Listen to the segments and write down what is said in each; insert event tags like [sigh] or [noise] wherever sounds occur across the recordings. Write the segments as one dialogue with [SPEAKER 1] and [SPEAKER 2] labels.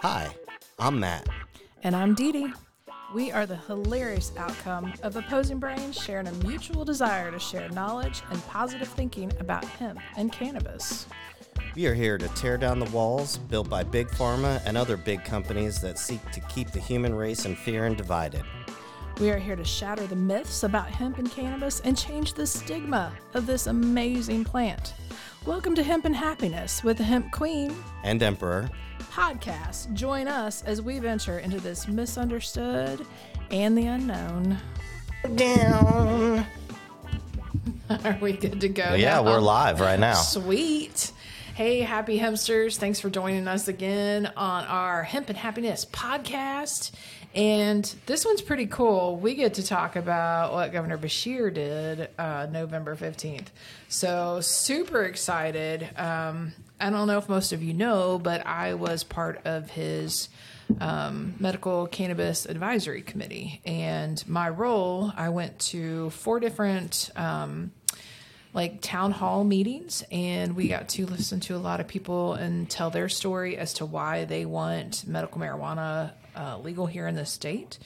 [SPEAKER 1] Hi, I'm Matt.
[SPEAKER 2] And I'm Dee Dee. We are the hilarious outcome of opposing brains sharing a mutual desire to share knowledge and positive thinking about hemp and cannabis.
[SPEAKER 1] We are here to tear down the walls built by Big Pharma and other big companies that seek to keep the human race in fear and divided.
[SPEAKER 2] We are here to shatter the myths about hemp and cannabis and change the stigma of this amazing plant. Welcome to Hemp and Happiness with the Hemp Queen
[SPEAKER 1] And Emperor,
[SPEAKER 2] podcast. Join us as we venture into this misunderstood and the unknown.
[SPEAKER 1] down.
[SPEAKER 2] [laughs] Are we good to go?
[SPEAKER 1] Yeah,
[SPEAKER 2] now? Oh.
[SPEAKER 1] we're live right now.
[SPEAKER 2] Sweet. Hey, happy hempsters. Thanks for joining us again on our Hemp and Happiness podcast. And this one's pretty cool. We get to talk about what Governor Bashir did uh, November 15th. So, super excited. Um, I don't know if most of you know, but I was part of his um, medical cannabis advisory committee. And my role, I went to four different. Um, like town hall meetings and we got to listen to a lot of people and tell their story as to why they want medical marijuana uh, legal here in the state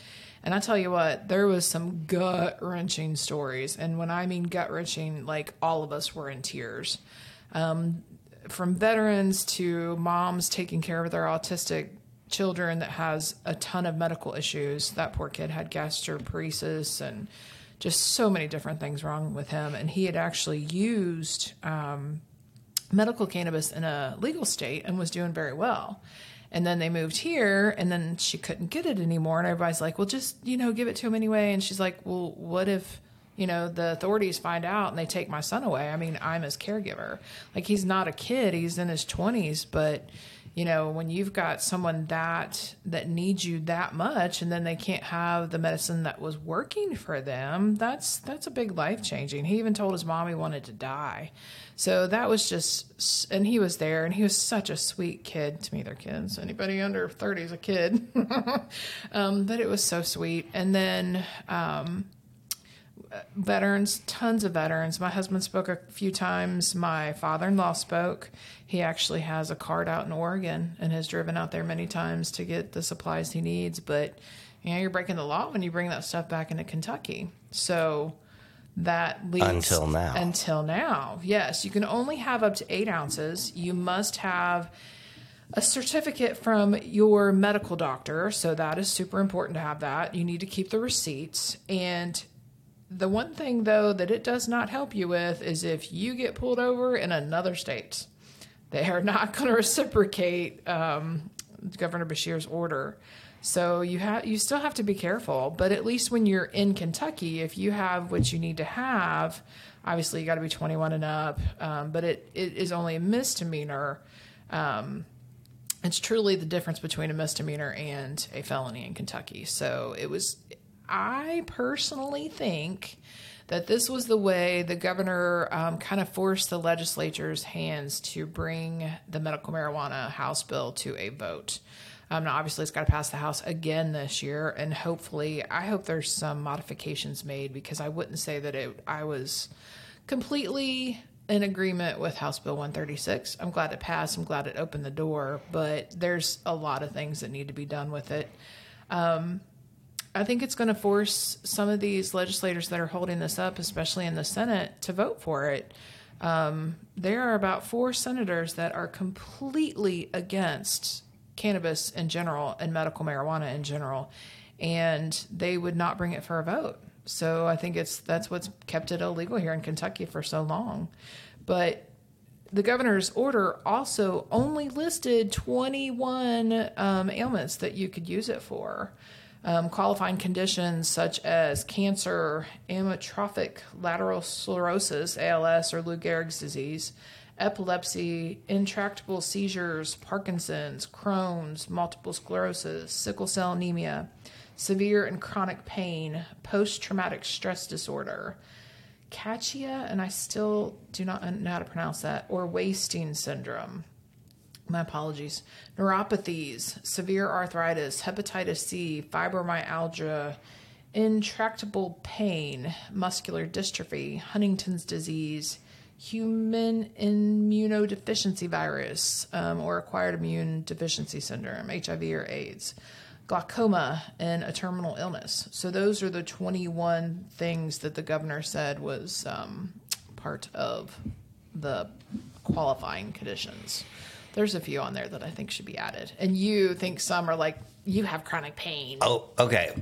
[SPEAKER 2] and i tell you what there was some gut wrenching stories and when i mean gut wrenching like all of us were in tears from veterans to moms taking care of their autistic children that has a ton of medical issues. That poor kid had gastroparesis and just so many different things wrong with him. And he had actually used um, medical cannabis in a legal state and was doing very well. And then they moved here, and then she couldn't get it anymore. And everybody's like, well, just, you know, give it to him anyway. And she's like, well, what if, you know, the authorities find out and they take my son away? I mean, I'm his caregiver. Like, he's not a kid, he's in his 20s, but. You know, when you've got someone that that needs you that much, and then they can't have the medicine that was working for them, that's that's a big life changing. He even told his mom he wanted to die. So that was just, and he was there, and he was such a sweet kid. To me, they're kids. Anybody under 30 is a kid. [laughs] um, but it was so sweet. And then um, veterans, tons of veterans. My husband spoke a few times. My father in law spoke. He actually has a card out in Oregon and has driven out there many times to get the supplies he needs. But, you know, you're breaking the law when you bring that stuff back into Kentucky. So that leads
[SPEAKER 1] Until now.
[SPEAKER 2] until now. Yes, you can only have up to eight ounces. You must have a certificate from your medical doctor. So that is super important to have that. You need to keep the receipts. And the one thing, though, that it does not help you with is if you get pulled over in another state, they are not [laughs] going to reciprocate um, Governor Bashir's order. So you have you still have to be careful, but at least when you're in Kentucky, if you have what you need to have, obviously you got to be 21 and up. Um, but it, it is only a misdemeanor. Um, it's truly the difference between a misdemeanor and a felony in Kentucky. So it was, I personally think that this was the way the governor um, kind of forced the legislature's hands to bring the medical marijuana House bill to a vote. Um, now obviously, it's got to pass the House again this year, and hopefully, I hope there's some modifications made because I wouldn't say that it. I was completely in agreement with House Bill 136. I'm glad it passed. I'm glad it opened the door, but there's a lot of things that need to be done with it. Um, I think it's going to force some of these legislators that are holding this up, especially in the Senate, to vote for it. Um, there are about four senators that are completely against cannabis in general and medical marijuana in general, and they would not bring it for a vote. So I think it's that's what's kept it illegal here in Kentucky for so long. But the governor's order also only listed 21 um, ailments that you could use it for. Um, qualifying conditions such as cancer, amyotrophic lateral sclerosis, ALS, or Lou Gehrig's disease, epilepsy, intractable seizures, Parkinson's, Crohn's, multiple sclerosis, sickle cell anemia, severe and chronic pain, post traumatic stress disorder, Cachia, and I still do not know how to pronounce that, or wasting syndrome. My apologies. Neuropathies, severe arthritis, hepatitis C, fibromyalgia, intractable pain, muscular dystrophy, Huntington's disease, human immunodeficiency virus um, or acquired immune deficiency syndrome, HIV or AIDS, glaucoma, and a terminal illness. So those are the 21 things that the governor said was um, part of the qualifying conditions. There's a few on there that I think should be added. And you think some are like, you have chronic pain.
[SPEAKER 1] Oh, okay.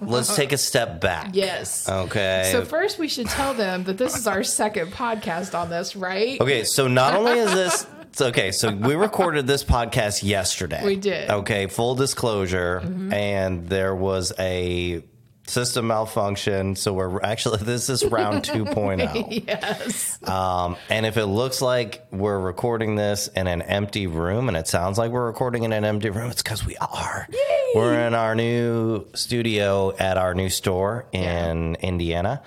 [SPEAKER 1] Let's take a step back.
[SPEAKER 2] Yes.
[SPEAKER 1] Okay.
[SPEAKER 2] So first, we should tell them that this is our [laughs] second podcast on this, right?
[SPEAKER 1] Okay, so not only is this it's okay, so we recorded this podcast yesterday.
[SPEAKER 2] We did. Mm-hmm.
[SPEAKER 1] Okay, full disclosure, and there was a system malfunction, so we're actually [laughs] this is
[SPEAKER 2] [laughs]
[SPEAKER 1] round oh. 2.0.
[SPEAKER 2] Yes.
[SPEAKER 1] Um, and if it looks like we're recording this in an empty room and it sounds like we're recording in an empty room, it's because we are. We're in our new studio at our new store in Indiana,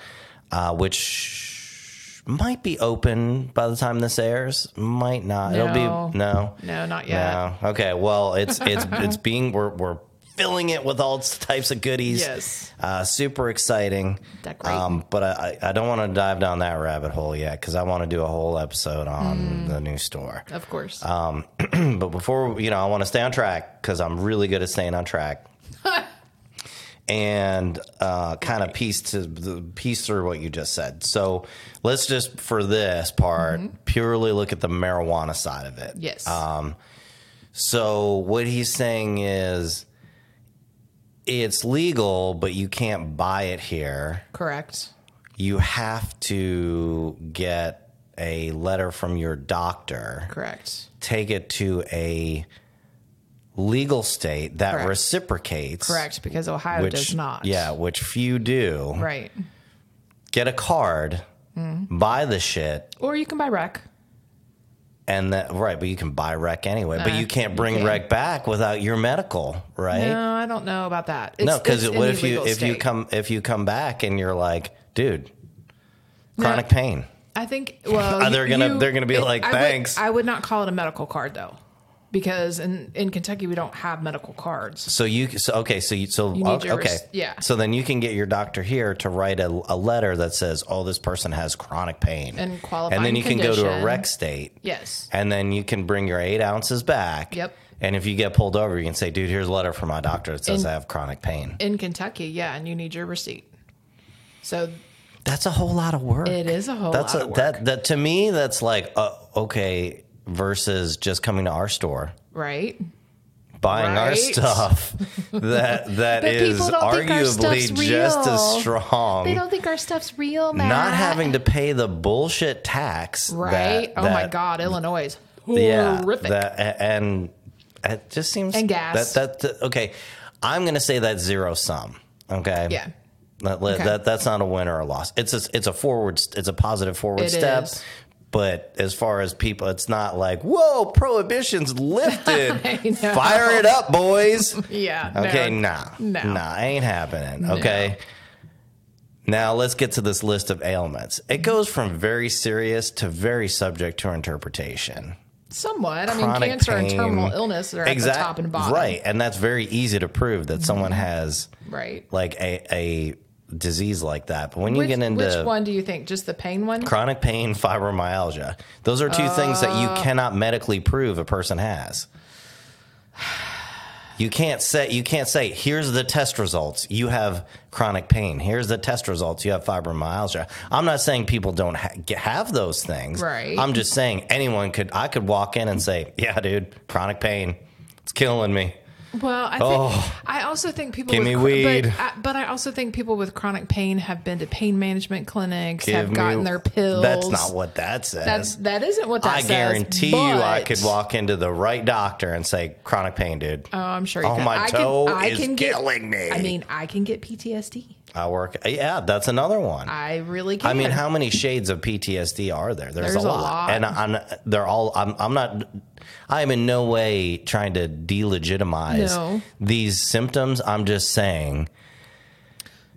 [SPEAKER 1] uh, which might be open by the time this airs. Might not. It'll be no.
[SPEAKER 2] No, not yet.
[SPEAKER 1] No. Okay. Well, it's
[SPEAKER 2] [laughs]
[SPEAKER 1] it's it's being we're we're filling it with all types of goodies.
[SPEAKER 2] Yes.
[SPEAKER 1] Uh, super exciting. Um,
[SPEAKER 2] That great.
[SPEAKER 1] but I I I don't want to dive down that rabbit hole yet because I want to do a whole episode on the new store.
[SPEAKER 2] Mm. Of course.
[SPEAKER 1] Uh, but before you know, I want to stay on track because I'm really good at staying on track. And uh, kind of piece to the piece through what you just said. So let's just for this part purely look at the marijuana side of it. Um,
[SPEAKER 2] yes.
[SPEAKER 1] So what he's saying is it's legal, but you can't buy it here.
[SPEAKER 2] Correct.
[SPEAKER 1] You have to get a letter from your doctor,
[SPEAKER 2] Correct.
[SPEAKER 1] take it to a legal state that
[SPEAKER 2] Correct.
[SPEAKER 1] reciprocates.
[SPEAKER 2] Correct. Because Ohio
[SPEAKER 1] Which
[SPEAKER 2] does not.
[SPEAKER 1] Yeah, which few do.
[SPEAKER 2] Right. Mm-hmm.
[SPEAKER 1] Get a card, buy the shit,
[SPEAKER 2] Or you can buy rec.
[SPEAKER 1] and that right, but you can buy rec anyway. but
[SPEAKER 2] Nah,
[SPEAKER 1] you can't
[SPEAKER 2] you
[SPEAKER 1] bring
[SPEAKER 2] can't.
[SPEAKER 1] rec back without your medical, right?
[SPEAKER 2] No, I don't know about that. It's,
[SPEAKER 1] No, because
[SPEAKER 2] it's
[SPEAKER 1] what
[SPEAKER 2] in
[SPEAKER 1] if you
[SPEAKER 2] illegal
[SPEAKER 1] if you
[SPEAKER 2] state.
[SPEAKER 1] come if you come back and you're like, dude, chronic pain.
[SPEAKER 2] I think. Well,
[SPEAKER 1] Are they
[SPEAKER 2] you-
[SPEAKER 1] gonna-
[SPEAKER 2] you-
[SPEAKER 1] they're gonna be like,
[SPEAKER 2] I would-
[SPEAKER 1] "Thanks."
[SPEAKER 2] I would, not call it a medical card though, because in in Kentucky we don't have medical cards.
[SPEAKER 1] So you so okay so you, so
[SPEAKER 2] need your
[SPEAKER 1] okay
[SPEAKER 2] res- yeah.
[SPEAKER 1] So then you can get your doctor here to write a, a letter that says, "Oh, this person has chronic pain,"
[SPEAKER 2] And
[SPEAKER 1] and
[SPEAKER 2] qualifying
[SPEAKER 1] then you can go to a
[SPEAKER 2] condition.
[SPEAKER 1] rec state,
[SPEAKER 2] Yes.
[SPEAKER 1] and then you can bring your eight ounces back.
[SPEAKER 2] Yep.
[SPEAKER 1] And if you get pulled over, you can say, "Dude, here's a letter from my doctor that says
[SPEAKER 2] And-
[SPEAKER 1] I have chronic pain."
[SPEAKER 2] In Kentucky, yeah, and you need your receipt. So
[SPEAKER 1] That's a whole lot of work.
[SPEAKER 2] it is a whole
[SPEAKER 1] That's
[SPEAKER 2] lot
[SPEAKER 1] a,
[SPEAKER 2] of work,
[SPEAKER 1] that that to me that's like uh, okay versus just coming to our store.
[SPEAKER 2] right?
[SPEAKER 1] buying our
[SPEAKER 2] Right?
[SPEAKER 1] stuff [laughs] that that
[SPEAKER 3] But people
[SPEAKER 1] is
[SPEAKER 3] don't think our stuff's
[SPEAKER 1] arguably just as
[SPEAKER 3] real.
[SPEAKER 1] strong.
[SPEAKER 3] They don't think our stuff's real, Matt.
[SPEAKER 1] Not having to pay the bullshit tax, that-
[SPEAKER 2] Right? oh my
[SPEAKER 1] that-
[SPEAKER 2] God, Illinois is
[SPEAKER 1] yeah,
[SPEAKER 2] horrific.
[SPEAKER 1] that- a- and it just seems
[SPEAKER 2] And gas.
[SPEAKER 1] That, that, that- okay, I'm gonna say that's zero sum. Okay,
[SPEAKER 2] Yeah.
[SPEAKER 1] That, that-
[SPEAKER 2] Okay.
[SPEAKER 1] that- that's not a win or a loss. It's a it's a forward. st- It's a positive forward
[SPEAKER 2] It
[SPEAKER 1] step.
[SPEAKER 2] is.
[SPEAKER 1] But as far as people, it's not like whoa,
[SPEAKER 2] [laughs]
[SPEAKER 1] prohibition's lifted.
[SPEAKER 2] know.
[SPEAKER 1] Fire it up,
[SPEAKER 2] [laughs]
[SPEAKER 1] boys.
[SPEAKER 2] yeah. no.
[SPEAKER 1] Okay, nah.
[SPEAKER 2] No.
[SPEAKER 1] Nah, ain't happening. Okay. Now let's get to this list of ailments. It goes from very serious to very subject to interpretation.
[SPEAKER 2] Somewhat. I mean,
[SPEAKER 1] Chronic
[SPEAKER 2] cancer and
[SPEAKER 1] pain.
[SPEAKER 2] terminal illness are at
[SPEAKER 1] Exact-
[SPEAKER 2] the top and bottom. Mm-hmm.
[SPEAKER 1] Right. And that's very easy to prove that someone has
[SPEAKER 2] Right.
[SPEAKER 1] like a, a disease like that. But when
[SPEAKER 2] Which,
[SPEAKER 1] you get into
[SPEAKER 2] which one do you think? Just the pain one?
[SPEAKER 1] chronic pain, fibromyalgia, those are two things that
[SPEAKER 2] Uh.
[SPEAKER 1] you cannot medically prove a person has. You can't say you can't say here's the test results. You have chronic pain. Here's the test results. You have fibromyalgia. I'm not saying people don't ha- get- have those things.
[SPEAKER 2] Right.
[SPEAKER 1] I'm just saying anyone could. I could walk in and say, "Yeah, dude, chronic pain. It's killing me."
[SPEAKER 2] Well, I think
[SPEAKER 1] Oh.
[SPEAKER 2] I also think people
[SPEAKER 1] Give
[SPEAKER 2] with
[SPEAKER 1] me
[SPEAKER 2] chro-
[SPEAKER 1] weed.
[SPEAKER 2] But I, but I also think people with chronic pain have been to pain management clinics,
[SPEAKER 1] Give
[SPEAKER 2] have
[SPEAKER 1] me-
[SPEAKER 2] gotten their pills.
[SPEAKER 1] That's not what that says.
[SPEAKER 2] that's that isn't what that
[SPEAKER 1] I
[SPEAKER 2] says,
[SPEAKER 1] guarantee you, I
[SPEAKER 2] but-
[SPEAKER 1] could walk into the right doctor and say, "Chronic pain, dude."
[SPEAKER 2] Oh, I'm sure. You
[SPEAKER 1] Oh,
[SPEAKER 2] could.
[SPEAKER 1] my
[SPEAKER 2] I can,
[SPEAKER 1] toe
[SPEAKER 2] I
[SPEAKER 1] is
[SPEAKER 2] can get,
[SPEAKER 1] killing me.
[SPEAKER 2] I mean, I can get PTSD.
[SPEAKER 1] I work. Yeah, that's another one. I,
[SPEAKER 2] I really can.
[SPEAKER 1] mean, how many shades of PTSD are there? There's, a, lot. and I'm, they're all. I'm, I'm not. I am in no way trying to delegitimize
[SPEAKER 2] No.
[SPEAKER 1] these symptoms. I'm just saying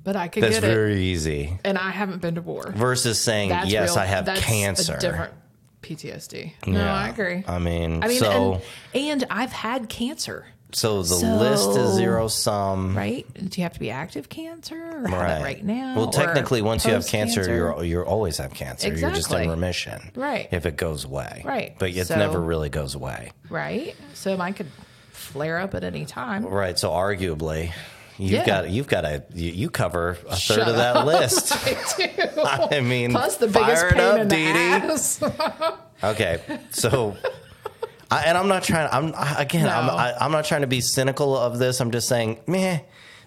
[SPEAKER 2] But I could
[SPEAKER 1] that's
[SPEAKER 2] get it,
[SPEAKER 1] very easy
[SPEAKER 2] and I haven't been to war.
[SPEAKER 1] versus saying
[SPEAKER 2] That's
[SPEAKER 1] yes,
[SPEAKER 2] real-
[SPEAKER 1] I have
[SPEAKER 2] that's a
[SPEAKER 1] cancer.
[SPEAKER 2] different PTSD. No,
[SPEAKER 1] Yeah.
[SPEAKER 2] I agree.
[SPEAKER 1] I mean,
[SPEAKER 2] I mean,
[SPEAKER 1] so
[SPEAKER 2] and, and I've had cancer.
[SPEAKER 1] So the
[SPEAKER 2] So-
[SPEAKER 1] list is zero sum.
[SPEAKER 2] right? Do you have to be active cancer or have it right now?
[SPEAKER 1] Well,
[SPEAKER 2] or
[SPEAKER 1] technically, once you have cancer, you're
[SPEAKER 2] post-cancer?
[SPEAKER 1] you always have cancer. You're just
[SPEAKER 2] Exactly.
[SPEAKER 1] in remission,
[SPEAKER 2] Right.
[SPEAKER 1] If it goes away,
[SPEAKER 2] Right.
[SPEAKER 1] But it
[SPEAKER 2] So-
[SPEAKER 1] never really goes away,
[SPEAKER 2] right. So mine could flare up at any time.
[SPEAKER 1] right? So arguably, you've
[SPEAKER 2] Yeah.
[SPEAKER 1] got you've got a you, you cover a third
[SPEAKER 2] Shut
[SPEAKER 1] of that list.
[SPEAKER 2] [laughs]
[SPEAKER 1] I mean,
[SPEAKER 2] Plus the
[SPEAKER 1] fire
[SPEAKER 2] biggest
[SPEAKER 1] it
[SPEAKER 2] pain
[SPEAKER 1] up,
[SPEAKER 2] in
[SPEAKER 1] Dee
[SPEAKER 2] the
[SPEAKER 1] Dee.
[SPEAKER 2] ass.
[SPEAKER 1] Okay, so. I, and I'm not trying. I'm I- again. I'm,
[SPEAKER 2] No.
[SPEAKER 1] I, I'm not trying to be cynical of this. I'm just saying, meh,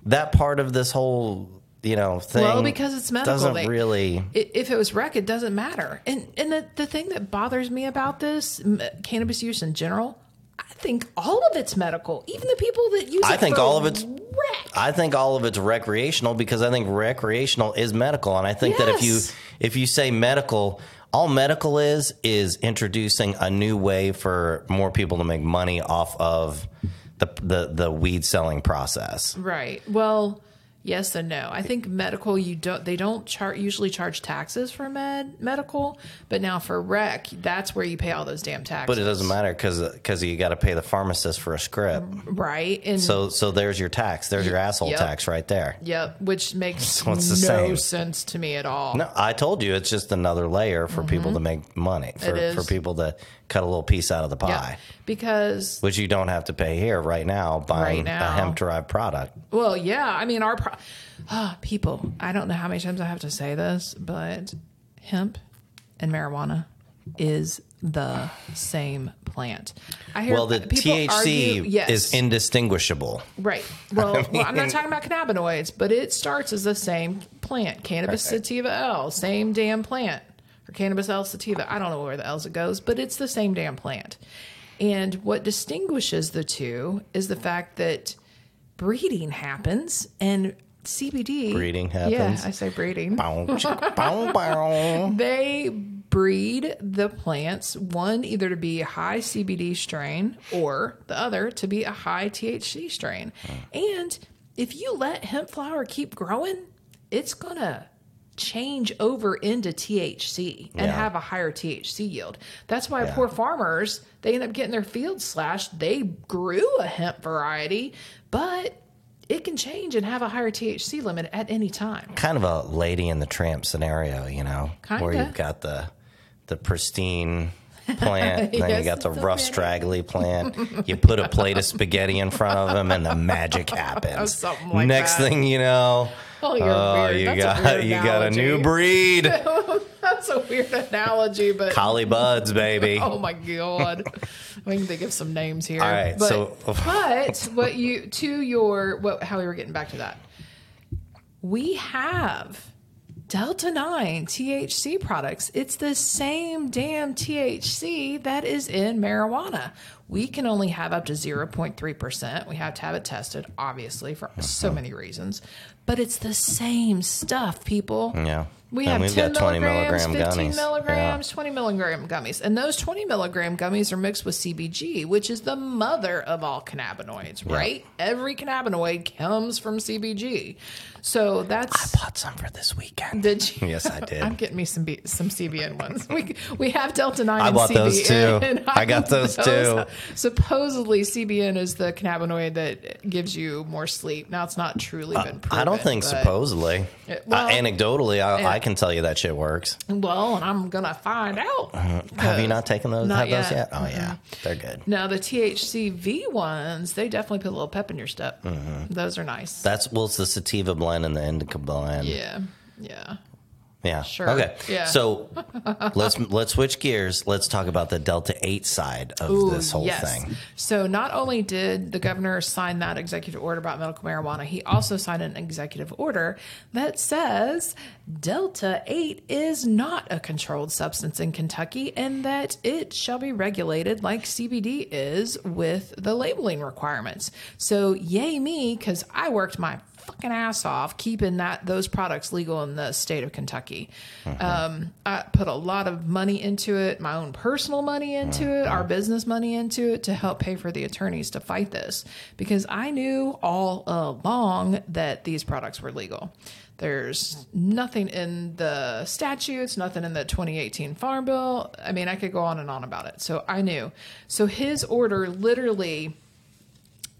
[SPEAKER 1] that part of this whole you know thing.
[SPEAKER 2] Well, because it's medical,
[SPEAKER 1] doesn't
[SPEAKER 2] they-
[SPEAKER 1] really.
[SPEAKER 2] I- if it was rec, it doesn't matter. And and the, the thing that bothers me about this m- cannabis use in general, I think all of it's medical. Even the people that use,
[SPEAKER 1] I
[SPEAKER 2] it
[SPEAKER 1] think
[SPEAKER 2] for
[SPEAKER 1] all of it's-
[SPEAKER 2] rec.
[SPEAKER 1] I think all of it's recreational because I think recreational is medical, and I think that if you
[SPEAKER 2] Yes.
[SPEAKER 1] if you say medical, all medical is is introducing a new way for more people to make money off of the the, the weed selling process.
[SPEAKER 2] Right. Well, yes and no. I think medical you don't they don't char- usually charge taxes for med medical, but now for rec, that's where you pay all those damn taxes.
[SPEAKER 1] But it doesn't matter because you got to pay the pharmacist for a script.
[SPEAKER 2] right? And
[SPEAKER 1] So so there's your tax. There's your asshole
[SPEAKER 2] Mm-hmm. Yep.
[SPEAKER 1] tax right there.
[SPEAKER 2] yep, which
[SPEAKER 1] [laughs]
[SPEAKER 2] makes no
[SPEAKER 1] it's the same.
[SPEAKER 2] sense to me at all.
[SPEAKER 1] No, I told you it's just another layer for people to make money for
[SPEAKER 2] Mm-hmm. It
[SPEAKER 1] for
[SPEAKER 2] is.
[SPEAKER 1] people to cut a little piece out of the
[SPEAKER 2] Yep.
[SPEAKER 1] pie.
[SPEAKER 2] Because
[SPEAKER 1] which you don't have to pay here right now buying
[SPEAKER 2] Right now.
[SPEAKER 1] a hemp derived product.
[SPEAKER 2] well, yeah, I mean our pro- Ah, people, I don't know how many times I have to say this, but hemp and marijuana is the same plant. I hear
[SPEAKER 1] Well, the
[SPEAKER 2] people
[SPEAKER 1] THC
[SPEAKER 2] argue- yes.
[SPEAKER 1] is indistinguishable. [laughs]
[SPEAKER 2] Right. Well, well, I'm not talking about cannabinoids, but it starts as the same plant, cannabis sativa L, same damn plant, or cannabis L sativa. I don't know where the L's it goes, but it's the same damn plant. And what distinguishes the two is the fact that breeding happens and CBD
[SPEAKER 1] Breeding
[SPEAKER 2] Yeah,
[SPEAKER 1] happens.
[SPEAKER 2] I say breeding.
[SPEAKER 1] Bow, [laughs] chicka, bow, bow.
[SPEAKER 2] They breed the plants one either to be a high CBD strain or the other to be a high THC strain. And if you let hemp flower keep growing, it's going to change over into THC and
[SPEAKER 1] Yeah.
[SPEAKER 2] have a higher THC yield. That's why poor farmers, they end up getting their fields slashed. They grew a hemp variety, but it can change and have a higher THC limit at any time.
[SPEAKER 1] kind of a lady in the tramp scenario, you know, where
[SPEAKER 2] Kinda.
[SPEAKER 1] you've got the the
[SPEAKER 2] [laughs]
[SPEAKER 1] pristine plant, then you
[SPEAKER 2] Yes,
[SPEAKER 1] got the
[SPEAKER 2] it's so
[SPEAKER 1] rough,
[SPEAKER 2] pretty.
[SPEAKER 1] straggly plant. You put a plate of spaghetti in front of them, and the
[SPEAKER 2] [laughs]
[SPEAKER 1] magic happens.
[SPEAKER 2] Oh, Something like
[SPEAKER 1] Next
[SPEAKER 2] that.
[SPEAKER 1] thing you know,
[SPEAKER 2] Oh, you're
[SPEAKER 1] oh,
[SPEAKER 2] weird.
[SPEAKER 1] you
[SPEAKER 2] That's a
[SPEAKER 1] got
[SPEAKER 2] weird
[SPEAKER 1] you got a new
[SPEAKER 2] analogy.
[SPEAKER 1] breed,
[SPEAKER 2] [laughs] That's a weird analogy, but
[SPEAKER 1] collie buds, baby.
[SPEAKER 2] oh my god, we can think of some names here.
[SPEAKER 1] All right,
[SPEAKER 2] but,
[SPEAKER 1] so-
[SPEAKER 2] but what you to your what? How we were getting back to that? We have Delta 9 THC products. It's the same damn THC that is in marijuana. We can only have up to 0.3%. We have to have it tested, obviously, for so
[SPEAKER 1] Uh-huh.
[SPEAKER 2] many reasons. But it's the same stuff, people.
[SPEAKER 1] Yeah.
[SPEAKER 2] We
[SPEAKER 1] And
[SPEAKER 2] have
[SPEAKER 1] we've
[SPEAKER 2] 10
[SPEAKER 1] got 20
[SPEAKER 2] milligrams,
[SPEAKER 1] milligram
[SPEAKER 2] 15
[SPEAKER 1] gummies.
[SPEAKER 2] milligrams, 20 milligram gummies. And those 20 milligram gummies are mixed with CBG, which is the mother of all cannabinoids, right? Every cannabinoid comes from CBG. So that's.
[SPEAKER 1] Bought some for this weekend.
[SPEAKER 2] Did you?
[SPEAKER 1] [laughs] Yes, I did.
[SPEAKER 2] I'm getting me some B, some CBN ones. We we have Delta nine.
[SPEAKER 1] I
[SPEAKER 2] and
[SPEAKER 1] bought those
[SPEAKER 2] CBN. [laughs]
[SPEAKER 1] too. I got those too.
[SPEAKER 2] Supposedly CBN is the cannabinoid that gives you more sleep. Now it's not truly been proven.
[SPEAKER 1] I don't think
[SPEAKER 2] but-
[SPEAKER 1] supposedly.
[SPEAKER 2] It- well-
[SPEAKER 1] Uh, anecdotally, I, I can tell you that shit works.
[SPEAKER 2] Well, and I'm gonna find out.
[SPEAKER 1] Uh-huh. Have you not taken those? have
[SPEAKER 2] Not
[SPEAKER 1] those yet?
[SPEAKER 2] yet.
[SPEAKER 1] Oh yeah, they're good.
[SPEAKER 2] Now the THCV ones, they definitely put a little pep in your step.
[SPEAKER 1] Mm-hmm.
[SPEAKER 2] Those are nice.
[SPEAKER 1] That's well, it's the sativa blend and the indica blend.
[SPEAKER 2] yeah, yeah.
[SPEAKER 1] Yeah.
[SPEAKER 2] Sure.
[SPEAKER 1] Okay.
[SPEAKER 2] Yeah. [laughs]
[SPEAKER 1] So let's let's switch gears. Let's talk about the delta eight side of
[SPEAKER 2] Ooh,
[SPEAKER 1] this whole
[SPEAKER 2] yes.
[SPEAKER 1] thing.
[SPEAKER 2] So not only did the governor sign that executive order about medical marijuana, he also signed an executive order that says Delta 8 is not a controlled substance in Kentucky and that it shall be regulated like CBD is with the labeling requirements. So yay me cuz I worked my fucking ass off keeping that those products legal in the state of Kentucky. Um, I put a lot of money into it, my own personal money into it, our business money into it to help pay for the attorneys to fight this because I knew all along that these products were legal. There's nothing in the statutes, nothing in the 2018 Farm Bill. I mean, I could go on and on about it. So I knew. So his order literally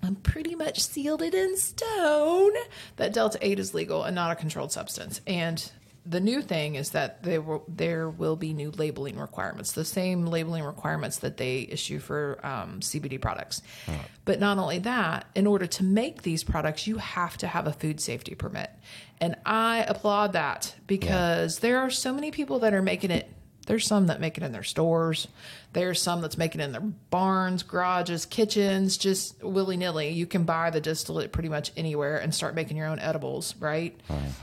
[SPEAKER 2] and pretty much sealed it in stone that delta 8 is legal and not a controlled substance and the new thing is that there will, there will be new labeling requirements, the same labeling requirements that they issue for um, CBD products. But not only that, in order to make these products, you have to have a food safety permit. And I applaud that because there are so many people that are making it. There's some that make it in their stores. There's some that's making it in their barns, garages, kitchens, just willy nilly. You can buy the distillate pretty much anywhere and start making your own edibles, right?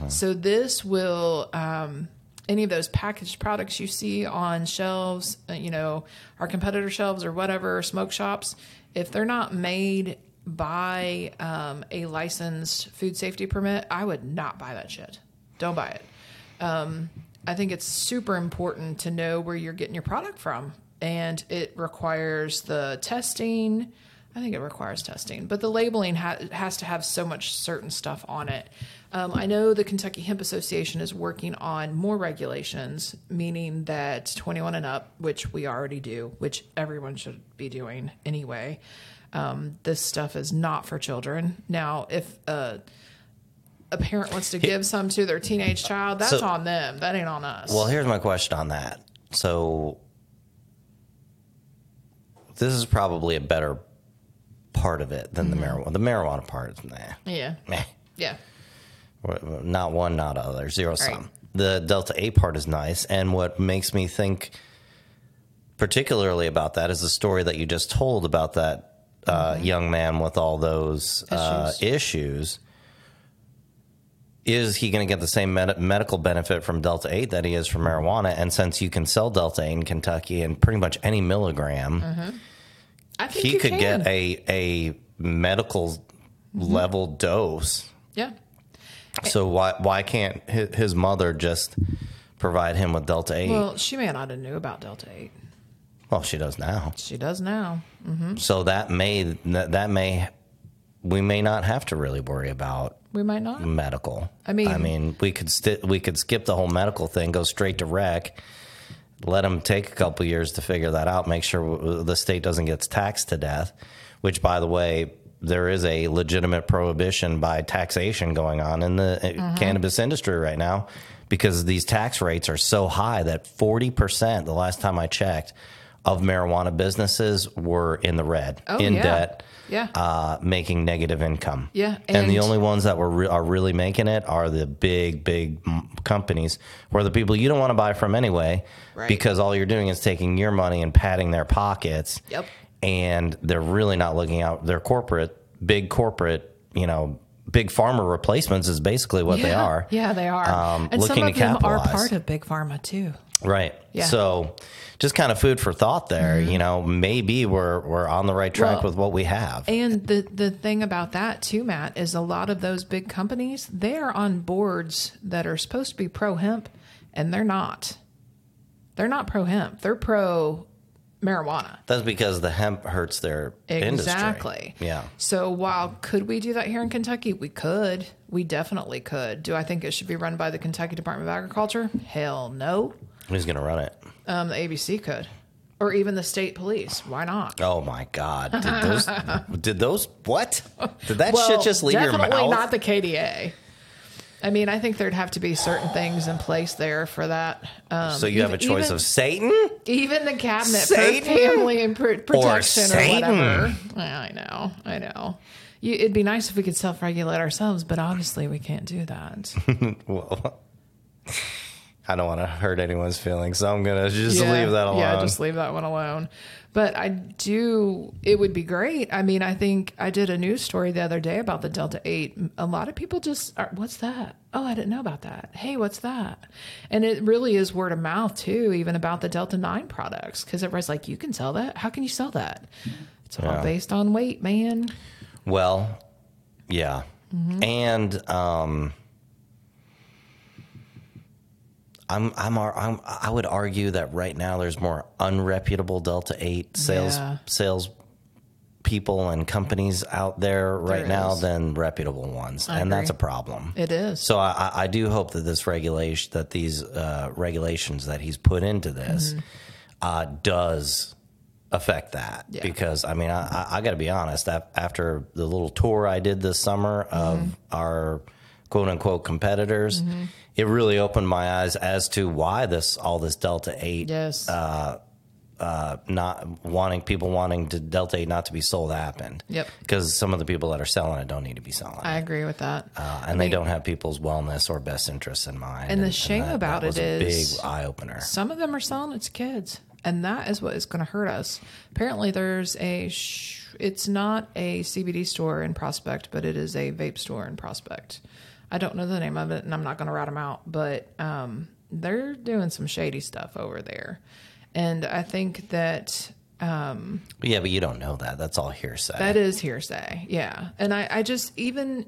[SPEAKER 2] So this will um, any of those packaged products you see on shelves, uh, you know, our competitor shelves or whatever smoke shops, if they're not made by um, a licensed food safety permit, I would not buy that shit. Don't buy it. I think it's super important to know where you're getting your product from. And it requires the testing. I think it requires testing, but the labeling ha- has to have so much certain stuff on it. Um, I know the Kentucky Hemp Association is working on more regulations, meaning that 21 and up, which we already do, which everyone should be doing anyway. Um, this stuff is not for children. Now, if uh, a parent wants to give some to their teenage child, that's
[SPEAKER 1] So-
[SPEAKER 2] on them. That ain't on us.
[SPEAKER 1] Well, here's my question on that. So, this is probably a better part of it than the marijuana. The marijuana part, nah,
[SPEAKER 2] yeah.
[SPEAKER 1] meh.
[SPEAKER 2] Yeah.
[SPEAKER 1] Not one, not other, zero sum. The delta A part is nice, and what makes me think particularly about that is the story that you just told about that uh, young man with all those Uh, issues. Is he going to get the same med- medical benefit from Delta 8 that he is from marijuana? And since you can sell Delta 8 in Kentucky and pretty much any milligram,
[SPEAKER 2] I think
[SPEAKER 1] Mm-hmm. he
[SPEAKER 2] you
[SPEAKER 1] could
[SPEAKER 2] can.
[SPEAKER 1] get a, a medical level dose
[SPEAKER 2] Yeah.
[SPEAKER 1] so why why can't hi- his mother just provide him with Delta Eight? Well,
[SPEAKER 2] Well, she may not have knew about Delta 8.
[SPEAKER 1] she does now.
[SPEAKER 2] She does now.
[SPEAKER 1] So that may that that may we may not have to really worry about
[SPEAKER 2] We might not.
[SPEAKER 1] Mm. medical.
[SPEAKER 2] I mean-
[SPEAKER 1] I mean, we could sti we could skip the whole medical thing, go straight to rec. Let him take a couple years to figure that out. Make sure w- the state doesn't get taxed to death. Which, by the way, there is a legitimate prohibition by taxation going on in the uh,
[SPEAKER 2] Mm-hmm.
[SPEAKER 1] cannabis industry right now because these tax rates are so high that forty percent. The last time I checked, of marijuana businesses were in the red,
[SPEAKER 2] Oh,
[SPEAKER 1] in
[SPEAKER 2] yeah.
[SPEAKER 1] debt
[SPEAKER 2] Yeah.
[SPEAKER 1] uh, making negative income.
[SPEAKER 2] Yeah,
[SPEAKER 1] and, the
[SPEAKER 2] and-
[SPEAKER 1] only ones that were re- are really making it are the big, big mm, companies, where the people you don't want to buy from anyway,
[SPEAKER 2] Right.
[SPEAKER 1] because all you're doing is taking your money and padding their pockets.
[SPEAKER 2] Yep.
[SPEAKER 1] And they're really not looking out. They're corporate, big corporate, you know, big farmer replacements is basically what they
[SPEAKER 2] Yeah.
[SPEAKER 1] are.
[SPEAKER 2] Yeah, they are.
[SPEAKER 1] Um,
[SPEAKER 2] and some
[SPEAKER 1] looking
[SPEAKER 2] of
[SPEAKER 1] to
[SPEAKER 2] them are
[SPEAKER 1] capitalize.
[SPEAKER 2] part of Big Pharma, too.
[SPEAKER 1] Right.
[SPEAKER 2] Yeah. Mm-hmm.
[SPEAKER 1] So just kind of food for thought there. You know, maybe we're we're on the right track
[SPEAKER 2] Well,
[SPEAKER 1] with what we have.
[SPEAKER 2] And the, the thing about that, too, Matt, is a lot of those big companies, they're on boards that are supposed to be pro hemp, and they're not. They're not pro hemp, they're pro marijuana.
[SPEAKER 1] That's because the hemp hurts their industry.
[SPEAKER 2] Exactly.
[SPEAKER 1] Yeah.
[SPEAKER 2] So while could we do that here in Kentucky? We could. We definitely could. Do I think it should be run by the Kentucky Department of Agriculture? Hell no.
[SPEAKER 1] Who's going to run it?
[SPEAKER 2] Um, the ABC could, or even the state police. Why not?
[SPEAKER 1] Oh my God. Did those,
[SPEAKER 2] [laughs]
[SPEAKER 1] did those what? Did that
[SPEAKER 2] Well,
[SPEAKER 1] shit just leave your
[SPEAKER 2] definitely
[SPEAKER 1] mouth?
[SPEAKER 2] not the KDA. I mean, I think there'd have to be certain things in place there for that. Um,
[SPEAKER 1] so you have a
[SPEAKER 2] even-
[SPEAKER 1] choice
[SPEAKER 2] even-
[SPEAKER 1] of Satan?
[SPEAKER 2] even the cabinet
[SPEAKER 1] Satan?
[SPEAKER 2] for family and pr- protection or,
[SPEAKER 1] Satan?
[SPEAKER 2] whatever. I know, I know. You, it'd be nice if we could self-regulate ourselves, but obviously we can't do that.
[SPEAKER 1] Well, [laughs] I don't want to hurt anyone's feelings, so I'm going to just
[SPEAKER 2] Yeah,
[SPEAKER 1] leave that alone.
[SPEAKER 2] Yeah, just leave that one alone. But I do. It would be great. I mean, I think I did a news story the other day about the Delta Eight. A lot of people just, are, what's that? Oh, I didn't know about that. Hey, what's that? And it really is word of mouth too, even about the Delta Nine products, because everybody's like, you can sell that. How can you sell that? It's all
[SPEAKER 1] Yeah.
[SPEAKER 2] based on weight, man.
[SPEAKER 1] Well, yeah.
[SPEAKER 2] Mm-hmm.
[SPEAKER 1] And um I'm I'm ar- I'm I would argue that right now there's more unreputable Delta 8 sales
[SPEAKER 2] Yeah.
[SPEAKER 1] sales people and companies out there right
[SPEAKER 2] There
[SPEAKER 1] now
[SPEAKER 2] is.
[SPEAKER 1] than reputable ones, and that's a
[SPEAKER 2] agree.
[SPEAKER 1] problem.
[SPEAKER 2] It is.
[SPEAKER 1] So I, I- I do hope that this regulation, that
[SPEAKER 2] Mm-hmm.
[SPEAKER 1] these uh, regulations that he's put into this, uh, does affect that
[SPEAKER 2] Yeah.
[SPEAKER 1] because I mean I, I, I got to be honest. af- After the little tour I did this summer of
[SPEAKER 2] Mm-hmm.
[SPEAKER 1] our quote unquote competitors, it really opened my eyes as to why this all this Delta Eight
[SPEAKER 2] Yes.
[SPEAKER 1] Uh, not wanting people wanting to Delta Eight not to be sold happened.
[SPEAKER 2] Yep.
[SPEAKER 1] Because some of the people that are selling it don't need to be selling. it.
[SPEAKER 2] I agree with that.
[SPEAKER 1] Uh, and they don't have people's wellness or best interests in mind.
[SPEAKER 2] the shame about it
[SPEAKER 1] was a
[SPEAKER 2] is-
[SPEAKER 1] big eye opener.
[SPEAKER 2] Some of them are selling it to kids, and that is what is going to hurt us. Apparently, there's a sh- it's not a CBD store in Prospect, but it is a vape store in Prospect. I don't know the name of it, and I'm not going to rat them out, but um, they're doing some shady stuff over there, and I think that
[SPEAKER 1] Yeah, but you don't know that. That's all hearsay.
[SPEAKER 2] That is hearsay. Yeah. And I, I just, even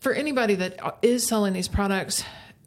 [SPEAKER 2] for anybody that is selling these products,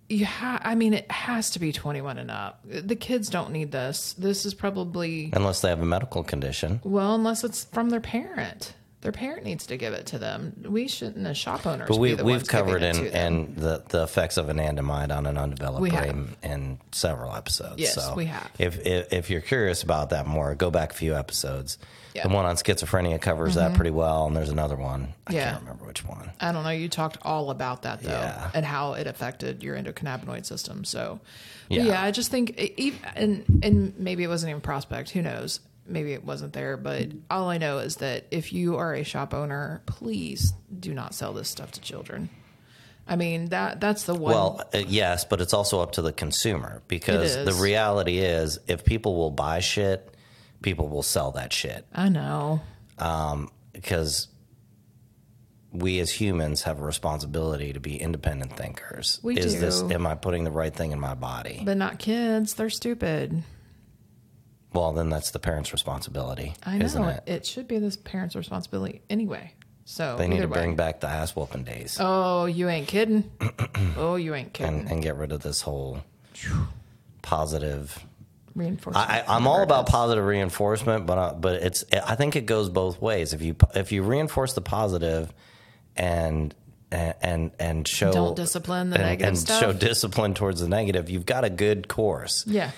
[SPEAKER 2] you ha- I mean, it has to be 21 and up. The kids don't need this. This is probably,
[SPEAKER 1] Unless they have a medical condition.
[SPEAKER 2] well, unless it's from their parent. Their parent needs to give it to them. We shouldn't, as shop owners,
[SPEAKER 1] But we,
[SPEAKER 2] be the
[SPEAKER 1] we've
[SPEAKER 2] ones giving
[SPEAKER 1] covered in,
[SPEAKER 2] it to them.
[SPEAKER 1] in the, the effects of anandamide on an undeveloped
[SPEAKER 2] We have.
[SPEAKER 1] brain in several episodes.
[SPEAKER 2] Yes,
[SPEAKER 1] so
[SPEAKER 2] we have.
[SPEAKER 1] If, if if you're curious about that more, go back a few episodes.
[SPEAKER 2] Yeah. Mm-hmm.
[SPEAKER 1] The one on schizophrenia covers that pretty well, and there's another one. I
[SPEAKER 2] Yeah.
[SPEAKER 1] can't remember which one.
[SPEAKER 2] I don't know. You talked all about that though,
[SPEAKER 1] Yeah.
[SPEAKER 2] and how it affected your endocannabinoid system. So, but
[SPEAKER 1] Yeah.
[SPEAKER 2] yeah, I just think, e- e- and and maybe it wasn't even prospect. Who knows? Maybe it wasn't there. But all I know is that if you are a shop owner, please do not sell this stuff to children. I mean that that's the one.
[SPEAKER 1] Well, uh, yes, but it's also up to the consumer because
[SPEAKER 2] It
[SPEAKER 1] the
[SPEAKER 2] is.
[SPEAKER 1] reality is if people will buy shit, people will sell that shit
[SPEAKER 2] I know.
[SPEAKER 1] because we as humans have a responsibility to be independent thinkers.
[SPEAKER 2] We
[SPEAKER 1] is this
[SPEAKER 2] do.
[SPEAKER 1] am I putting the right thing in my body?
[SPEAKER 2] But not kids. They're stupid.
[SPEAKER 1] well, then that's the parents' responsibility,
[SPEAKER 2] I know.
[SPEAKER 1] isn't
[SPEAKER 2] it?
[SPEAKER 1] it?
[SPEAKER 2] should be this parent's responsibility anyway. So
[SPEAKER 1] They need
[SPEAKER 2] either
[SPEAKER 1] to bring
[SPEAKER 2] way.
[SPEAKER 1] back the ass whooping days
[SPEAKER 2] Oh, you ain't kidding. [clears throat] oh, you ain't kidding.
[SPEAKER 1] and, and get rid of this whole positive
[SPEAKER 2] Reinforcement.
[SPEAKER 1] I, I'm all about positive reinforcement, but uh, but it's I think it goes both ways. If you if you reinforce the positive and and and show
[SPEAKER 2] Don't discipline the
[SPEAKER 1] and,
[SPEAKER 2] negative
[SPEAKER 1] and
[SPEAKER 2] stuff.
[SPEAKER 1] show discipline towards the negative, you've got a good course.
[SPEAKER 2] Yeah.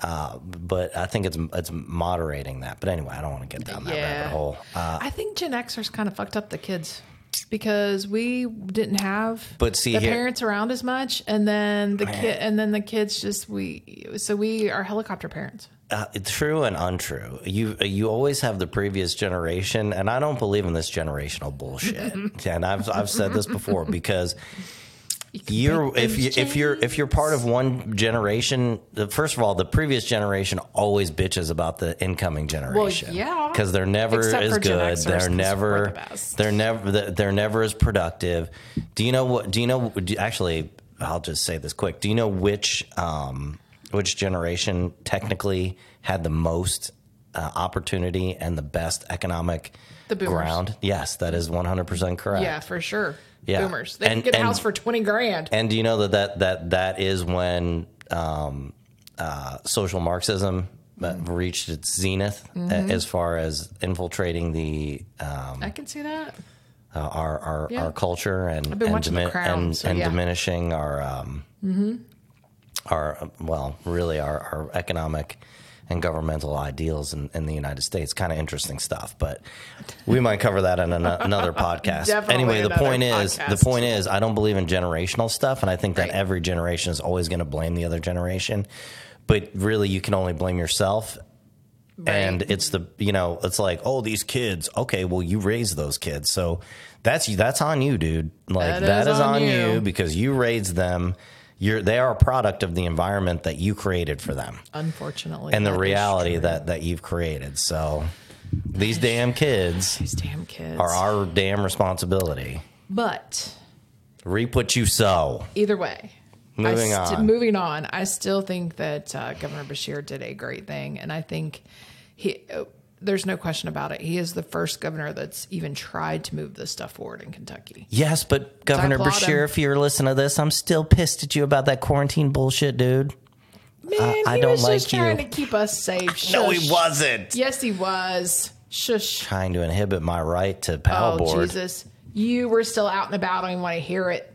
[SPEAKER 1] Uh, but I think it's it's moderating that. But anyway, I don't want to get down that
[SPEAKER 2] Yeah.
[SPEAKER 1] rabbit hole. Uh,
[SPEAKER 2] I think Gen Xers kind of fucked up the kids because we didn't have
[SPEAKER 1] But see
[SPEAKER 2] the
[SPEAKER 1] here-
[SPEAKER 2] parents around as much and then the kid and then the kids just we so we are helicopter parents.
[SPEAKER 1] uh, it's true and untrue. You you always have the previous generation, and I don't believe in this generational bullshit.
[SPEAKER 2] Mm-hmm.
[SPEAKER 1] and I've I've said this
[SPEAKER 2] [laughs]
[SPEAKER 1] before because you're if you, if you're if you're part of one generation, the, first of all, the previous generation always bitches about the incoming generation.
[SPEAKER 2] yeah.
[SPEAKER 1] because they're never
[SPEAKER 2] Except
[SPEAKER 1] as
[SPEAKER 2] for Gen
[SPEAKER 1] good.
[SPEAKER 2] Xers, 'cause
[SPEAKER 1] They're
[SPEAKER 2] we're
[SPEAKER 1] never
[SPEAKER 2] the best.
[SPEAKER 1] they're never they're- they're never as productive. Do you know what? Do you know do you- actually? I'll just say this quick. Do you know which um, which generation technically had the most uh, opportunity and the best economic
[SPEAKER 2] The boomers.
[SPEAKER 1] ground? Yes, that is one hundred percent correct.
[SPEAKER 2] Yeah, for sure.
[SPEAKER 1] Yeah.
[SPEAKER 2] Boomers. They
[SPEAKER 1] And-
[SPEAKER 2] can get a
[SPEAKER 1] and-
[SPEAKER 2] house for 20 grand.
[SPEAKER 1] And do you know that that that that is when um, uh, social Marxism uh, reached its zenith uh,
[SPEAKER 2] Mm-hmm.
[SPEAKER 1] as far as infiltrating the um,
[SPEAKER 2] I can see that.
[SPEAKER 1] uh, our our,
[SPEAKER 2] Yeah.
[SPEAKER 1] our culture and
[SPEAKER 2] been
[SPEAKER 1] and,
[SPEAKER 2] watching The Crown,
[SPEAKER 1] and,
[SPEAKER 2] so
[SPEAKER 1] and
[SPEAKER 2] yeah. Mm-hmm.
[SPEAKER 1] diminishing our um, our uh, well really our, our economic and governmental ideals in, in the United States. Kind of interesting stuff, but we might cover that in an,
[SPEAKER 2] [laughs]
[SPEAKER 1] another podcast.
[SPEAKER 2] Definitely
[SPEAKER 1] anyway, the
[SPEAKER 2] another
[SPEAKER 1] point is the
[SPEAKER 2] podcast.
[SPEAKER 1] point is I don't believe in generational stuff, and I think that
[SPEAKER 2] Right.
[SPEAKER 1] every generation is always going to blame the other generation. But really, you can only blame yourself and it's the you know it's like oh these kids okay well you raised those kids so that's that's on you dude like
[SPEAKER 2] That
[SPEAKER 1] that
[SPEAKER 2] is
[SPEAKER 1] is on
[SPEAKER 2] on
[SPEAKER 1] you.
[SPEAKER 2] you.
[SPEAKER 1] because you raised them you're they are a product of the environment that you created for them
[SPEAKER 2] Unfortunately.
[SPEAKER 1] and the
[SPEAKER 2] that is
[SPEAKER 1] reality
[SPEAKER 2] true.
[SPEAKER 1] that that you've created so these damn kids
[SPEAKER 2] these damn kids
[SPEAKER 1] are our damn responsibility
[SPEAKER 2] But
[SPEAKER 1] reap what you sow
[SPEAKER 2] either way.
[SPEAKER 1] Moving
[SPEAKER 2] I st-
[SPEAKER 1] on.
[SPEAKER 2] Moving on. I still think that uh, Governor Bashir did a great thing, and I think he. Uh, there's no question about it. He is the first governor that's even tried to move this stuff forward in Kentucky.
[SPEAKER 1] yes but governor
[SPEAKER 2] applaud
[SPEAKER 1] bashir
[SPEAKER 2] him.
[SPEAKER 1] if you're listening to this i'm still pissed at you about that quarantine bullshit dude
[SPEAKER 2] Man,
[SPEAKER 1] I
[SPEAKER 2] he
[SPEAKER 1] don't
[SPEAKER 2] was just
[SPEAKER 1] like you.
[SPEAKER 2] trying to keep us safe. Shush.
[SPEAKER 1] no he wasn't
[SPEAKER 2] Yes, he was. Shush.
[SPEAKER 1] trying to inhibit my right to paddle
[SPEAKER 2] Oh,
[SPEAKER 1] board.
[SPEAKER 2] Jesus. You were still out and about. I don't even want to hear it.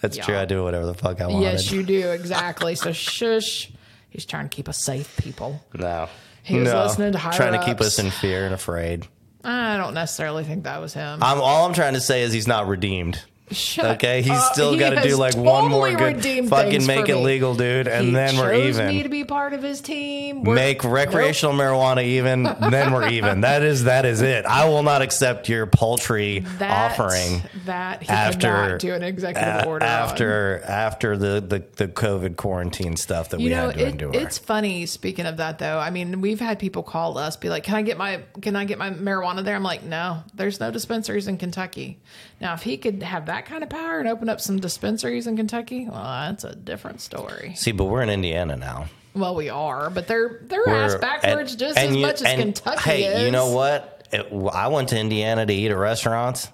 [SPEAKER 1] That's true.
[SPEAKER 2] Yeah.
[SPEAKER 1] I do whatever the fuck I wanted.
[SPEAKER 2] Yes, you do. Exactly. so shush. He's trying to keep us safe, people.
[SPEAKER 1] No.
[SPEAKER 2] He was
[SPEAKER 1] no.
[SPEAKER 2] listening to higher
[SPEAKER 1] Trying to keep
[SPEAKER 2] ups.
[SPEAKER 1] us in fear and afraid.
[SPEAKER 2] I don't necessarily think that was him.
[SPEAKER 1] I'm all I'm trying to say is he's not redeemed.
[SPEAKER 2] Shut
[SPEAKER 1] Okay, he's
[SPEAKER 2] up. Uh,
[SPEAKER 1] still
[SPEAKER 2] He
[SPEAKER 1] got to do
[SPEAKER 2] has
[SPEAKER 1] like one more
[SPEAKER 2] totally
[SPEAKER 1] good
[SPEAKER 2] redeemed
[SPEAKER 1] fucking
[SPEAKER 2] things for
[SPEAKER 1] make it
[SPEAKER 2] me.
[SPEAKER 1] legal, dude, and
[SPEAKER 2] He
[SPEAKER 1] then we're
[SPEAKER 2] chose
[SPEAKER 1] even.
[SPEAKER 2] me to be part of his team. We're-
[SPEAKER 1] make recreational marijuana even, then we're even. That is that is it. I will not accept your paltry
[SPEAKER 2] that,
[SPEAKER 1] offering
[SPEAKER 2] that he
[SPEAKER 1] after
[SPEAKER 2] could not do an executive
[SPEAKER 1] a-
[SPEAKER 2] order on.
[SPEAKER 1] after after the, the the COVID quarantine stuff that
[SPEAKER 2] You
[SPEAKER 1] we
[SPEAKER 2] know,
[SPEAKER 1] had to
[SPEAKER 2] it-
[SPEAKER 1] endure.
[SPEAKER 2] it's funny. Speaking of that, though, I mean, we've had people call us, be like, "Can I get my Can I get my marijuana there?" I'm like, "No, there's no dispensaries in Kentucky." Now, if he could have that kind of power and open up some dispensaries in Kentucky, well, that's a different story.
[SPEAKER 1] See, but we're in Indiana now.
[SPEAKER 2] Well, we are, but they're they're ass
[SPEAKER 1] We're-
[SPEAKER 2] backwards
[SPEAKER 1] and-
[SPEAKER 2] just
[SPEAKER 1] and
[SPEAKER 2] as
[SPEAKER 1] you-
[SPEAKER 2] much as
[SPEAKER 1] and,
[SPEAKER 2] Kentucky
[SPEAKER 1] hey,
[SPEAKER 2] is.
[SPEAKER 1] you know what? It- I went to Indiana to eat at restaurants,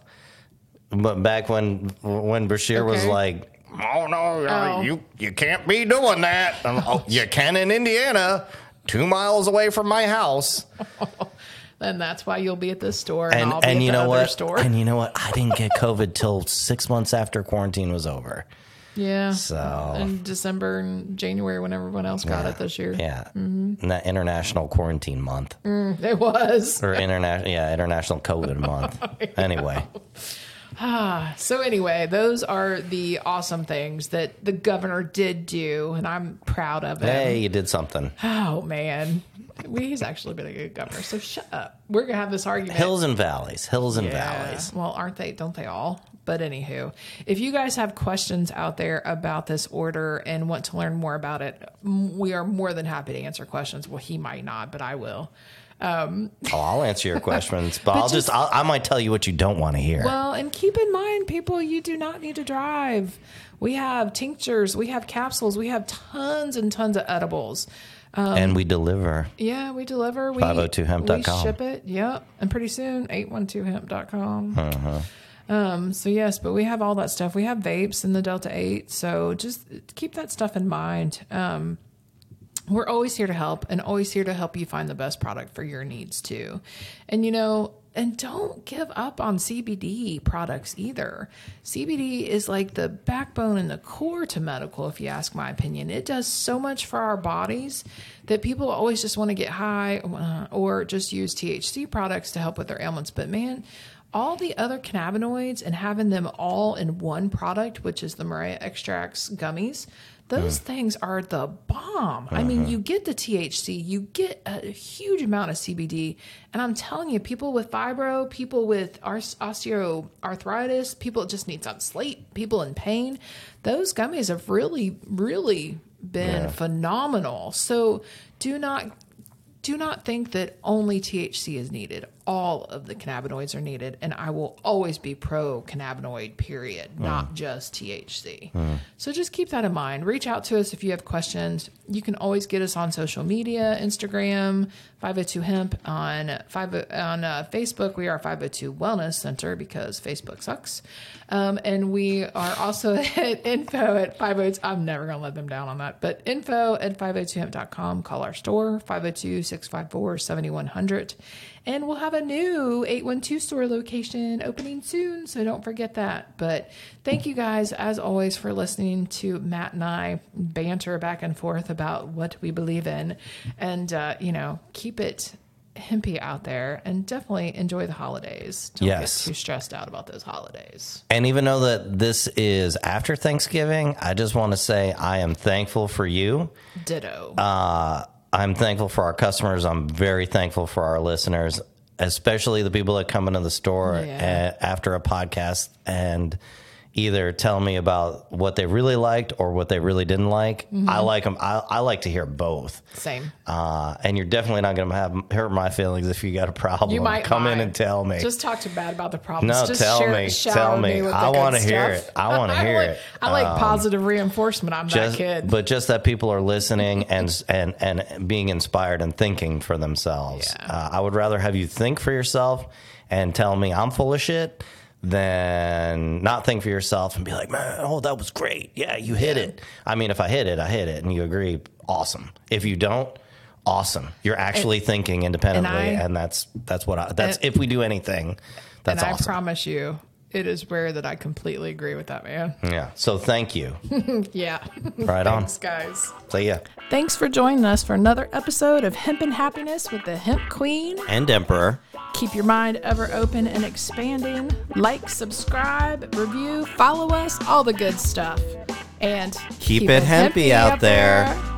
[SPEAKER 1] but back when when Bashir was
[SPEAKER 2] Okay.
[SPEAKER 1] like, "Oh no, uh
[SPEAKER 2] Oh.
[SPEAKER 1] you you can't be doing that." I'm, oh, you can in Indiana, two miles away from my house,
[SPEAKER 2] And that's why you'll be at this store, and,
[SPEAKER 1] and
[SPEAKER 2] I'll be
[SPEAKER 1] and
[SPEAKER 2] at
[SPEAKER 1] you
[SPEAKER 2] the
[SPEAKER 1] know
[SPEAKER 2] other
[SPEAKER 1] what?
[SPEAKER 2] store.
[SPEAKER 1] And you know what? I didn't get COVID till six months after quarantine was over.
[SPEAKER 2] yeah,
[SPEAKER 1] So-
[SPEAKER 2] in December and January when everyone else got it this year,
[SPEAKER 1] Yeah,
[SPEAKER 2] Mm-hmm.
[SPEAKER 1] and that international quarantine month
[SPEAKER 2] [laughs] it was.
[SPEAKER 1] or international yeah international COVID month. Anyway.
[SPEAKER 2] So anyway, those are the awesome things that the governor did do, and I'm proud of it.
[SPEAKER 1] Hey, you did something.
[SPEAKER 2] Oh man, we, he's actually been a good governor. So shut up. We're gonna have this argument.
[SPEAKER 1] Hills and valleys, hills and
[SPEAKER 2] Yeah.
[SPEAKER 1] valleys.
[SPEAKER 2] Well, aren't they? Don't they all? But anywho, if you guys have questions out there about this order and want to learn more about it, m- we are more than happy to answer questions. Well, he might not, but I will.
[SPEAKER 1] Oh, I'll answer your questions, but, I'll just,
[SPEAKER 2] just-
[SPEAKER 1] I'll, I might tell you what you don't want to hear.
[SPEAKER 2] Well, and keep in mind, people, you do not need to drive. We have tinctures, we have capsules, we have tons and tons of edibles.
[SPEAKER 1] and we deliver.
[SPEAKER 2] Yeah, we deliver. We,
[SPEAKER 1] 502hemp.com.
[SPEAKER 2] We ship it. Yep. And pretty soon, 812hemp.com. Um, so, yes, but we have all that stuff. We have vapes and the Delta 8. So just keep that stuff in mind. Um, we're always here to help and always here to help you find the best product for your needs, too. And, you know, and don't give up on CBD products either. CBD is like the backbone and the core to medical, if you ask my opinion. It does so much for our bodies that people always just want to get high uh, or just use THC products to help with their ailments. But man, all the other cannabinoids and having them all in one product, which is the Maria Extracts gummies, those things are the bomb. I mean, you get the THC, you get a huge amount of CBD. And I'm telling you, people with fibro, people with ar- osteoarthritis, people that just need some sleep, people in pain, those gummies have really, really been phenomenal. So do not do not think that only THC is needed. All of the cannabinoids are needed, and I will always be pro cannabinoid, period, not just THC. So just keep that in mind. Reach out to us if you have questions. You can always get us on social media Instagram, 502 Hemp, on, five, on uh, Facebook. We are 502 Wellness Center because Facebook sucks. Um, and we are also [laughs] at info at 502. I'm never going to let them down on that, but info at 502hemp.com. Call our store, 502 654 7100. And we'll have a new 812 store location opening soon. So don't forget that. But thank you guys, as always, for listening to Matt and I banter back and forth about what we believe in. And, uh, you know, keep it hempy out there and definitely enjoy the holidays. Don't
[SPEAKER 1] Yes.
[SPEAKER 2] get too stressed out about those holidays.
[SPEAKER 1] And even though that this is after Thanksgiving, I just want to say I am thankful for you.
[SPEAKER 2] Ditto.
[SPEAKER 1] Uh, I'm thankful for our customers. I'm very thankful for our listeners, especially the people that come into the store
[SPEAKER 2] Yeah.
[SPEAKER 1] a- after a podcast and either tell me about what they really liked or what they really didn't like.
[SPEAKER 2] Mm-hmm.
[SPEAKER 1] I like them. I, I like to hear both.
[SPEAKER 2] Same.
[SPEAKER 1] Uh, and you're definitely not going to have hurt my feelings if you got a problem.
[SPEAKER 2] You might
[SPEAKER 1] come in
[SPEAKER 2] not.
[SPEAKER 1] and tell me.
[SPEAKER 2] Just talk to bad about the problems.
[SPEAKER 1] No,
[SPEAKER 2] Just
[SPEAKER 1] tell
[SPEAKER 2] share-
[SPEAKER 1] me.
[SPEAKER 2] shower
[SPEAKER 1] Tell me.
[SPEAKER 2] with the
[SPEAKER 1] I
[SPEAKER 2] good
[SPEAKER 1] wanna hear
[SPEAKER 2] stuff.
[SPEAKER 1] it. I wanna hear
[SPEAKER 2] like-
[SPEAKER 1] it. Um,
[SPEAKER 2] I like positive reinforcement. I'm
[SPEAKER 1] just,
[SPEAKER 2] that kid.
[SPEAKER 1] But just that people are listening and and and being inspired and thinking for themselves.
[SPEAKER 2] Yeah.
[SPEAKER 1] Uh, I would rather have you think for yourself and tell me I'm full of shit than not think for yourself and be like, man, oh, that was great. Yeah, you hit it. I mean, if I hit it, I hit it, and you agree, awesome. If you don't. Awesome! You're actually thinking independently, and,
[SPEAKER 2] I-
[SPEAKER 1] that's that's what I, that's if we do anything, that's
[SPEAKER 2] and I
[SPEAKER 1] awesome.
[SPEAKER 2] promise you, It is rare that I completely agree with that man.
[SPEAKER 1] Yeah. So thank
[SPEAKER 2] [laughs]
[SPEAKER 1] you.
[SPEAKER 2] Yeah.
[SPEAKER 1] Right on.
[SPEAKER 2] Thanks, guys.
[SPEAKER 1] See ya.
[SPEAKER 2] Thanks for joining us for another episode of Hemp and Happiness with the Hemp Queen.
[SPEAKER 1] And Emperor.
[SPEAKER 2] Keep your mind ever open and expanding. Like, subscribe, review, follow us, all the good stuff. And
[SPEAKER 1] Keep it hempy out there.